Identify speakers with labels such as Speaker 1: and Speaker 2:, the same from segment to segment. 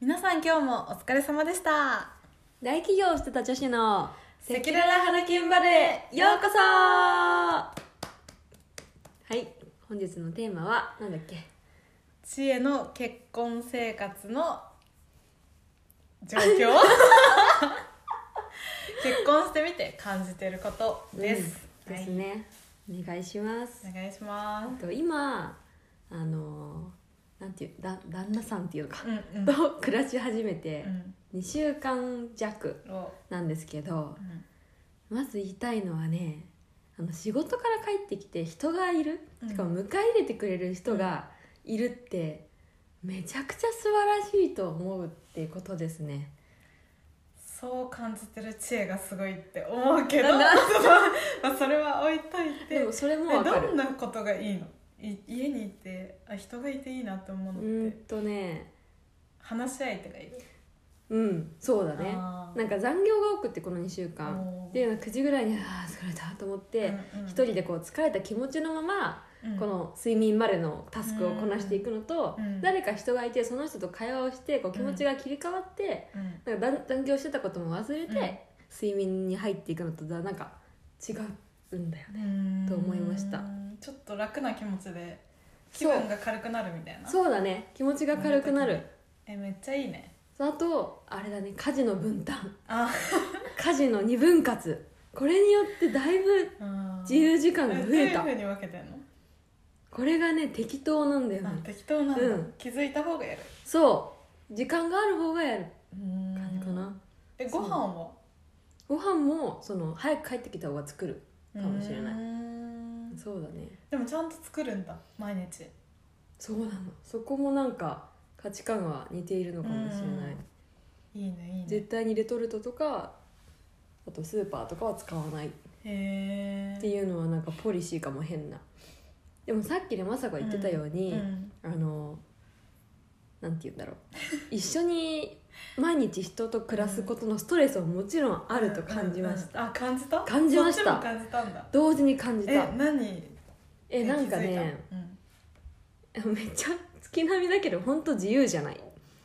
Speaker 1: 今日もお疲れ様でした
Speaker 2: 大企業をしてた女子の
Speaker 1: セキュララ花金バレーようこそ
Speaker 2: はい本日のテーマはなんだっけ
Speaker 1: 知恵の結婚生活の状況 結婚してみて感じてることです、
Speaker 2: うん
Speaker 1: は
Speaker 2: です
Speaker 1: い、
Speaker 2: ね、お願いします
Speaker 1: お願いしま
Speaker 2: と今あのーなんていうだ旦那さんっていうか
Speaker 1: す、うんうん
Speaker 2: と暮らし始めて
Speaker 1: うん
Speaker 2: 2週間弱
Speaker 1: お
Speaker 2: なんですけど
Speaker 1: うん
Speaker 2: まず言いたいのはねあの仕事から帰ってきて人がいる
Speaker 1: うん
Speaker 2: しかも迎え入れてくれる人がいるってめちゃくちゃ素晴らしいと思うっていうことですね
Speaker 1: そう感じてる知恵がすごいって思うけど ま
Speaker 2: な
Speaker 1: あそれは置いといて
Speaker 2: でもそれも
Speaker 1: え
Speaker 2: わか
Speaker 1: どん
Speaker 2: る
Speaker 1: なことがいいのい家にいてあ人がいていいなって思う
Speaker 2: う
Speaker 1: のって、
Speaker 2: ーんとね
Speaker 1: 話し相手がいる
Speaker 2: うんそうだね
Speaker 1: あー
Speaker 2: なんか残業が多くってこの2週間
Speaker 1: おー
Speaker 2: っていうのは9時ぐらいにああ疲れたと思って
Speaker 1: うんうん
Speaker 2: 一人でこう疲れた気持ちのまま
Speaker 1: うん
Speaker 2: この睡眠までのタスクをこなしていくのと
Speaker 1: うん
Speaker 2: 誰か人がいてその人と会話をしてこう気持ちが切り替わって
Speaker 1: うん
Speaker 2: なんか残残業してたことも忘れ
Speaker 1: うん
Speaker 2: て睡眠に入っていくのとだなんか違うんだよね
Speaker 1: うん
Speaker 2: と思いました
Speaker 1: ちょっと楽な気持ちで気
Speaker 2: そう
Speaker 1: 分が軽くなるみたいな
Speaker 2: そうだね気持ちが軽くなる
Speaker 1: えめっちゃいいね
Speaker 2: あとあれだね家事の分担
Speaker 1: あ
Speaker 2: 家事の二分割これによってだいぶ自由時間が増え
Speaker 1: えど
Speaker 2: た
Speaker 1: ういうふうに分けてんの、
Speaker 2: これがね適当なんだよ
Speaker 1: あ
Speaker 2: ね
Speaker 1: 適当なんだ、
Speaker 2: うん
Speaker 1: 気づいた方がやる
Speaker 2: そう時間がある方がやる感
Speaker 1: 感
Speaker 2: じかな
Speaker 1: えご飯は
Speaker 2: ご飯もその早く帰ってきた方が作るかもしれないう
Speaker 1: ーん
Speaker 2: そうだね
Speaker 1: でもちゃんと作るんだ毎日
Speaker 2: そうなのそこもなんか価値観は似ているのかもしれない
Speaker 1: うんいいねいいね
Speaker 2: 絶対にレトルトとかあとスーパーとかは使わないっ
Speaker 1: へえ
Speaker 2: ていうのはなんかポリシーかも変なでもさっきねまさか言ってたように、
Speaker 1: うん
Speaker 2: あのなんて言うんだろう一緒に毎日人と暮らすことのストレスはもちろんあると感じまし
Speaker 1: うん
Speaker 2: た
Speaker 1: うんあ感じた
Speaker 2: 感じました
Speaker 1: そっちも感じたんだ
Speaker 2: 同時に感じ
Speaker 1: え
Speaker 2: た
Speaker 1: 何
Speaker 2: えなんか
Speaker 1: 気
Speaker 2: ね、
Speaker 1: づいたうん、
Speaker 2: めっちゃ月並みだけど本当自由じゃない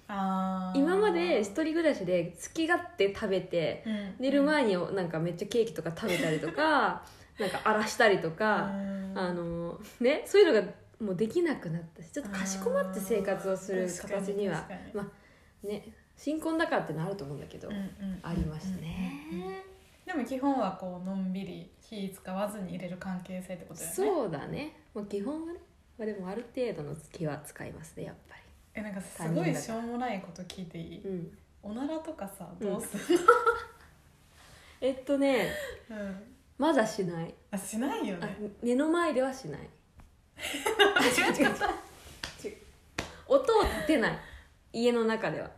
Speaker 1: あー
Speaker 2: 今まで一人暮らしで好き勝手食べて
Speaker 1: うん
Speaker 2: 寝る前になんかめっちゃケーキとか食べたりとかなんか荒らしたりとか、
Speaker 1: うん
Speaker 2: あのねそういうのがもうできなくなったしちょっとかしこまって生活をする
Speaker 1: あー確か
Speaker 2: 形には
Speaker 1: 確かに
Speaker 2: まあね新婚だからってのあると思うんだけど、
Speaker 1: うんうん
Speaker 2: ありましたね、
Speaker 1: うんうんでも基本はこうのんびり火使わずに入れる関係性ってことだよね
Speaker 2: そうだね、まあ、基本はね、まあ、でもある程度の気は使いますねやっぱ
Speaker 1: えなんかすごいしょうもないこと聞いていい、
Speaker 2: り、うん、
Speaker 1: おならとかさどうする、
Speaker 2: えっとね
Speaker 1: うん
Speaker 2: まだしない
Speaker 1: あしないよ
Speaker 2: あ
Speaker 1: ね
Speaker 2: 目の前ではしない あ違う違う違う 違う音を立てない家の中では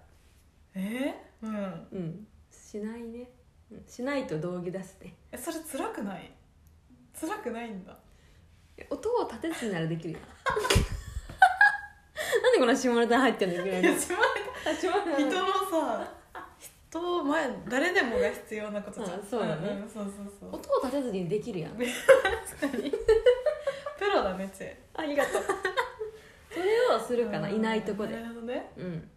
Speaker 1: えー、うん
Speaker 2: うんしないねうんしないと道義出すね
Speaker 1: えそれ辛くない辛くないんだ
Speaker 2: 音を立てずにならでき るよなんでこの下ネタ入ってんのいきないり
Speaker 1: やしま
Speaker 2: あ下ネタ
Speaker 1: い人のさ人前誰でもが必要なことじゃん、
Speaker 2: あそうだね
Speaker 1: んんそうそうそう
Speaker 2: 音を立てずにできるやん
Speaker 1: プロだねチェ
Speaker 2: ありがとう それをするかないないとこ
Speaker 1: な
Speaker 2: で
Speaker 1: るほどね
Speaker 2: うん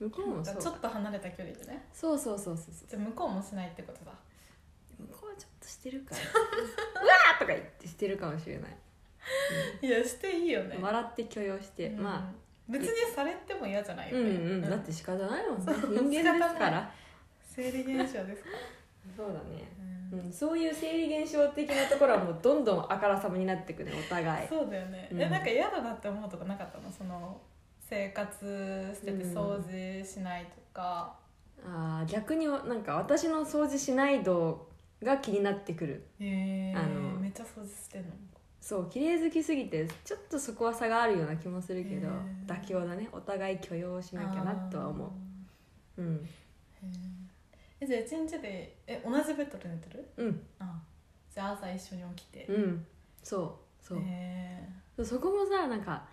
Speaker 2: 向こうもそう
Speaker 1: ちょっ
Speaker 2: か
Speaker 1: と離れた距離でね
Speaker 2: そうそうそうそうそ
Speaker 1: じゃあ向こうもしないってことだ
Speaker 2: う向こうはちょっとしてる からうわーとか言ってしてるかもしれない
Speaker 1: いやしていいよね、
Speaker 2: 笑って許容して、
Speaker 1: うん
Speaker 2: ま
Speaker 1: 別にされても嫌じゃな
Speaker 2: あ
Speaker 1: い
Speaker 2: うん
Speaker 1: よ
Speaker 2: う
Speaker 1: ね、
Speaker 2: ん、だって仕方ないもん
Speaker 1: そ
Speaker 2: ね
Speaker 1: う
Speaker 2: 人間ですから
Speaker 1: 生理現象 ですか
Speaker 2: そうだね、
Speaker 1: ら、
Speaker 2: うん、そういう生理現象的なところはもうどんどんあからさまになってくねお互い
Speaker 1: そうだよね、
Speaker 2: うん
Speaker 1: えなんか嫌だなって思うとかなかったのその生活してて掃除しないとか、
Speaker 2: あー逆になんか私の掃除しない度が気になってくる
Speaker 1: えー
Speaker 2: あの
Speaker 1: めっちゃ掃除してんの
Speaker 2: そう綺麗好きすぎてちょっとそこは差があるような気もするけど、
Speaker 1: へー
Speaker 2: 妥協だねお互い許容しなきゃなとは思ううん
Speaker 1: あーへーえじゃあ一日でえ同じベッドで寝てる
Speaker 2: うん
Speaker 1: あじゃあ朝一緒に起きて、
Speaker 2: うんそうそう、
Speaker 1: え
Speaker 2: そこもさなんか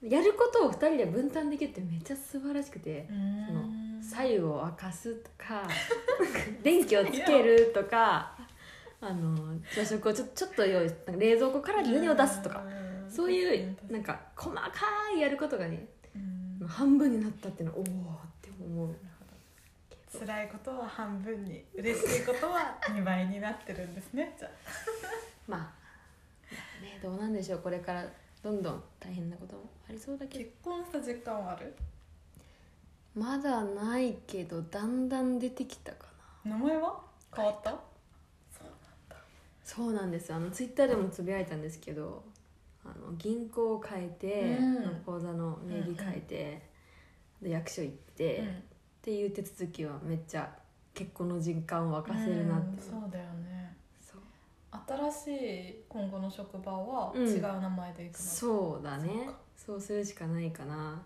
Speaker 2: やることを2人で分担できるってめっちゃ素晴らしくて
Speaker 1: ー、うーん
Speaker 2: その左右を明かすとか 電気をつけるとかあの朝食をちょちょっと用意なんか冷蔵庫から牛乳を出すとか
Speaker 1: うん
Speaker 2: そういうなん
Speaker 1: か、
Speaker 2: か細かいやることがね
Speaker 1: うん
Speaker 2: 半分になったっていうのはおおって思う
Speaker 1: なるほど辛いことは半分に嬉しいことは2倍になってるんですねじゃあ
Speaker 2: まあねどうなんでしょうこれからどんどん大変なこともありそうだけど
Speaker 1: 結婚した実感はある
Speaker 2: まだないけどだんだん出てきたかな
Speaker 1: 名前は変わったそう
Speaker 2: そうなんですあのツイッターでもつぶやいたんですけどあの銀行を変えて、
Speaker 1: うん
Speaker 2: 口座の名義変えて、で役所行って、
Speaker 1: うん
Speaker 2: っていう手続きはめっちゃ結婚の実感を沸かせるなって、
Speaker 1: うんそうだよね
Speaker 2: そう
Speaker 1: 新しい今後の職場は
Speaker 2: うん
Speaker 1: 違う名前で行くの、
Speaker 2: そうだ
Speaker 1: そう
Speaker 2: ね
Speaker 1: か
Speaker 2: そうするしかないかな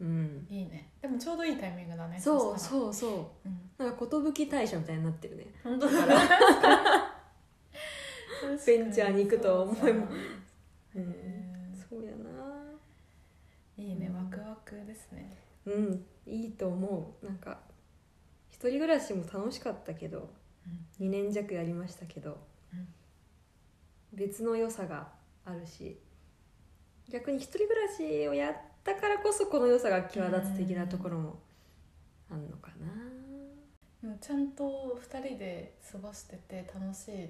Speaker 1: うんうん
Speaker 2: うん
Speaker 1: うんいいねでもちょうどいいタイミングだね
Speaker 2: そう
Speaker 1: したら、
Speaker 2: そうそう
Speaker 1: ん、
Speaker 2: うなんか寿大社みたいになってるね
Speaker 1: 本当だ
Speaker 2: ベンチャーに行くとは思えも
Speaker 1: そうだね
Speaker 2: うん
Speaker 1: へー
Speaker 2: そうやな
Speaker 1: いいね
Speaker 2: うん
Speaker 1: ワクワクですね
Speaker 2: うんいいと思うなんか一人暮らしも楽しかったけど2年弱やりましたけど、
Speaker 1: うん
Speaker 2: 別の良さがあるし逆に一人暮らしをやったからこそこの良さが際立つ的なところもあんのか
Speaker 1: で
Speaker 2: な
Speaker 1: もちゃんと2人で過ごしてて楽しい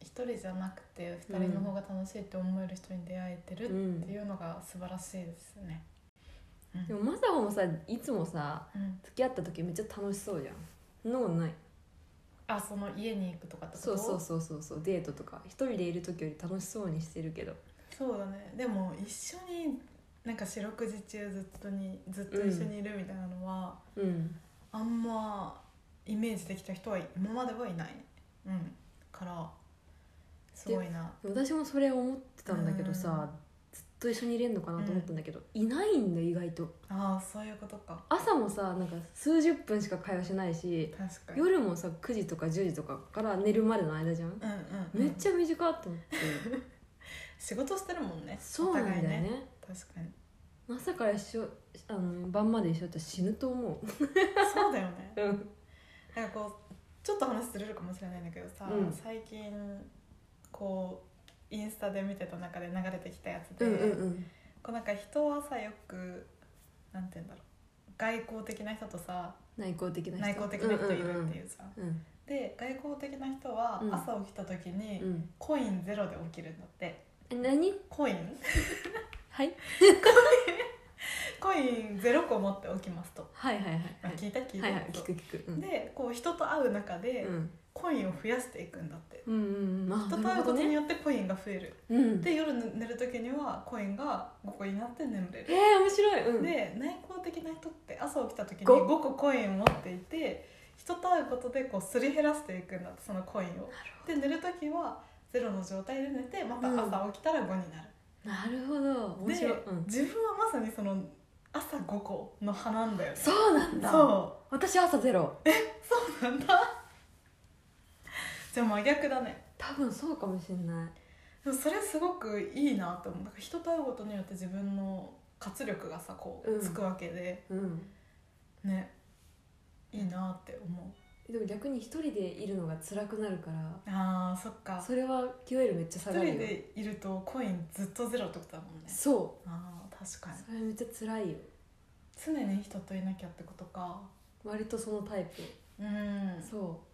Speaker 1: 一人じゃなくて二人の方が楽しいって思える人に出会えてるっていうのが素晴らしいですね、うん
Speaker 2: でもマサホもさいつもさ
Speaker 1: うん
Speaker 2: 付き合った時めっちゃ楽しそうじゃんそんなことない
Speaker 1: あその家に行くとかってこと
Speaker 2: そうそうそうそうそうデートとか一人でいる時より楽しそうにしてるけど
Speaker 1: そうだねでも一緒になんか四六時中ずっとにずっと一緒にいるみたいなのは、
Speaker 2: うん
Speaker 1: あんまイメージできた人は今まではいない、うん、からすごいな
Speaker 2: 私もそれ思ってたんだけどさ、ずっと一緒にいれんのかなと思ったんだけど、いないんだよ意外と
Speaker 1: ああそういうことか
Speaker 2: 朝もさなんか数十分しか会話しないし
Speaker 1: 確かに
Speaker 2: 夜もさ9時とか10時とかから寝るまでの間じゃん、
Speaker 1: うんうんうん、
Speaker 2: めっちゃ短っと思って
Speaker 1: 仕事してるもんね
Speaker 2: そうなんだよ
Speaker 1: お互い
Speaker 2: ね
Speaker 1: 確かに
Speaker 2: 朝から一緒あの晩まで一緒だったら死ぬと思
Speaker 1: そうだよね
Speaker 2: ううん
Speaker 1: なんかこうちょっと話ずれるかもしれないんだけどさ、
Speaker 2: うん
Speaker 1: 最近こうインスタで見てた中で流れてきたやつで、
Speaker 2: うんうんうん
Speaker 1: こうなんか人はさよくなんて言うんだろう外交的な人とさ
Speaker 2: 内向的な人
Speaker 1: 内向的な人いるっていうじゃん、
Speaker 2: うん
Speaker 1: で外交的な人は
Speaker 2: うん
Speaker 1: 朝起きた時に
Speaker 2: うんうん
Speaker 1: コインゼロで起きるんだって、
Speaker 2: え何
Speaker 1: コイン
Speaker 2: はい
Speaker 1: コインゼロ個持って起きますと、
Speaker 2: はいはいはい
Speaker 1: あ
Speaker 2: はい
Speaker 1: 聞いた聞いた、
Speaker 2: はいはい
Speaker 1: そ
Speaker 2: 聞
Speaker 1: う
Speaker 2: く聞くうん
Speaker 1: でこう人と会う中で
Speaker 2: うん
Speaker 1: コインを増やしていくんだって、
Speaker 2: うんうんうんあ
Speaker 1: 人と
Speaker 2: な
Speaker 1: 会
Speaker 2: る
Speaker 1: う
Speaker 2: ほ
Speaker 1: こ
Speaker 2: ど
Speaker 1: とに
Speaker 2: ね
Speaker 1: よってコインが増える
Speaker 2: うん
Speaker 1: で夜寝る時にはコインが5個になって眠れ
Speaker 2: え
Speaker 1: る
Speaker 2: ー、面白い、うん、
Speaker 1: で内向的な人って朝起きた時に
Speaker 2: ご
Speaker 1: 5個コインを持っていて人と会うことでこうすり減らしていくんだってそのコインをで寝る時はゼロの状態で寝てまた朝起きたら5になる、
Speaker 2: なるほど面
Speaker 1: で
Speaker 2: 白い、うん、
Speaker 1: 自分はまさにその朝5個の派なんだよね
Speaker 2: そうなんだ
Speaker 1: そ
Speaker 2: 私朝ゼロ
Speaker 1: うそうなんだじゃあ真逆だね
Speaker 2: 多分そうかもしれない
Speaker 1: でもそれすごくいいなと思うなんか人と会うことによって自分の活力がさこ
Speaker 2: うん
Speaker 1: うつくわけで、
Speaker 2: うん
Speaker 1: ねいいなって思
Speaker 2: でも逆に一人でいるのが辛くなるか
Speaker 1: うあーそっ
Speaker 2: ら
Speaker 1: か
Speaker 2: それは QL めっちゃ
Speaker 1: 一
Speaker 2: 下が
Speaker 1: 人
Speaker 2: るよ
Speaker 1: でいるとコインずっとゼロってことだもんね
Speaker 2: そ
Speaker 1: あー確か
Speaker 2: う
Speaker 1: に
Speaker 2: それめっちゃ辛いよ
Speaker 1: 常に人といなきゃってことか
Speaker 2: 割とそのタイプ、
Speaker 1: うん
Speaker 2: そ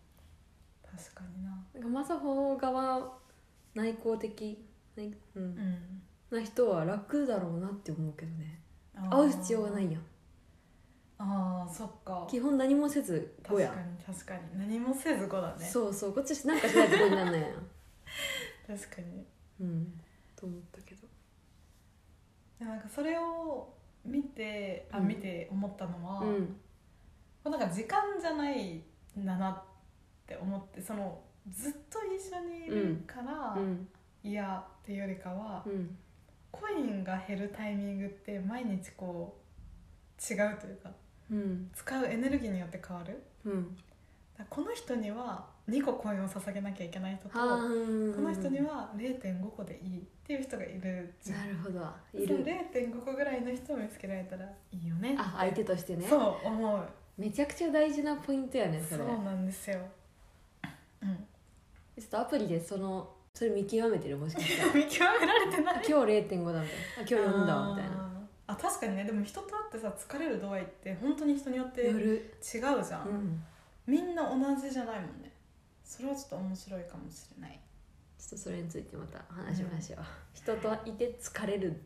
Speaker 1: 確かにな
Speaker 2: うなんかマサホ側内向的、内う
Speaker 1: うんん
Speaker 2: な人は楽だろうなって思うけどね
Speaker 1: あー
Speaker 2: 会う必要はないやん
Speaker 1: あーそっか
Speaker 2: 基本何もせず5
Speaker 1: 確
Speaker 2: や
Speaker 1: かに確かに何もせず5だね
Speaker 2: そうそうこっちしなんかしないと5になんないやん
Speaker 1: 確かに
Speaker 2: うんと思ったけど
Speaker 1: でもなんかそれを見てあ、
Speaker 2: うん
Speaker 1: 見て思ったのは、
Speaker 2: うん
Speaker 1: こうなんか時間じゃないんだなって思ってそのずっと一緒にいるから
Speaker 2: うん
Speaker 1: 嫌、っていうよりかは、
Speaker 2: うん
Speaker 1: コインが減るタイミングって毎日こう違うというか
Speaker 2: うん
Speaker 1: 使うエネルギーによって変わる
Speaker 2: うん
Speaker 1: だからこの人には2個コインを捧げなきゃいけない人とこの
Speaker 2: の
Speaker 1: 人には0.5個でいいっていう人がいるじゃん
Speaker 2: なるほどい
Speaker 1: その
Speaker 2: る
Speaker 1: 0.5個ぐらいの人を見つけられたらいいよね
Speaker 2: あ相手としてね
Speaker 1: そう思う
Speaker 2: めちゃくちゃ大事なポイントやねそ
Speaker 1: そう
Speaker 2: れ
Speaker 1: なんですよ、うん、
Speaker 2: ちょっとアプリでそのそれ見極めてるもしかして
Speaker 1: 見極められてない
Speaker 2: 今日0.5だみたいなあ今日4だわみたいな
Speaker 1: ああ確かにねでも人と会ってさ疲れる度合いって本当に人によって違
Speaker 2: や
Speaker 1: う
Speaker 2: る、
Speaker 1: じゃん、
Speaker 2: うん、
Speaker 1: みんな同じじゃないもんねそれはちょっと面白いかもしれない
Speaker 2: ちょっとそれについてまた話しましょう、人といて疲れる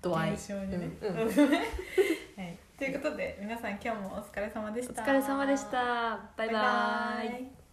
Speaker 2: 度合い
Speaker 1: 現象にね、
Speaker 2: うん
Speaker 1: はい、ということで皆さん今日もお疲れ様でし
Speaker 2: お
Speaker 1: た
Speaker 2: 疲れ様でしたバイバイ
Speaker 1: イ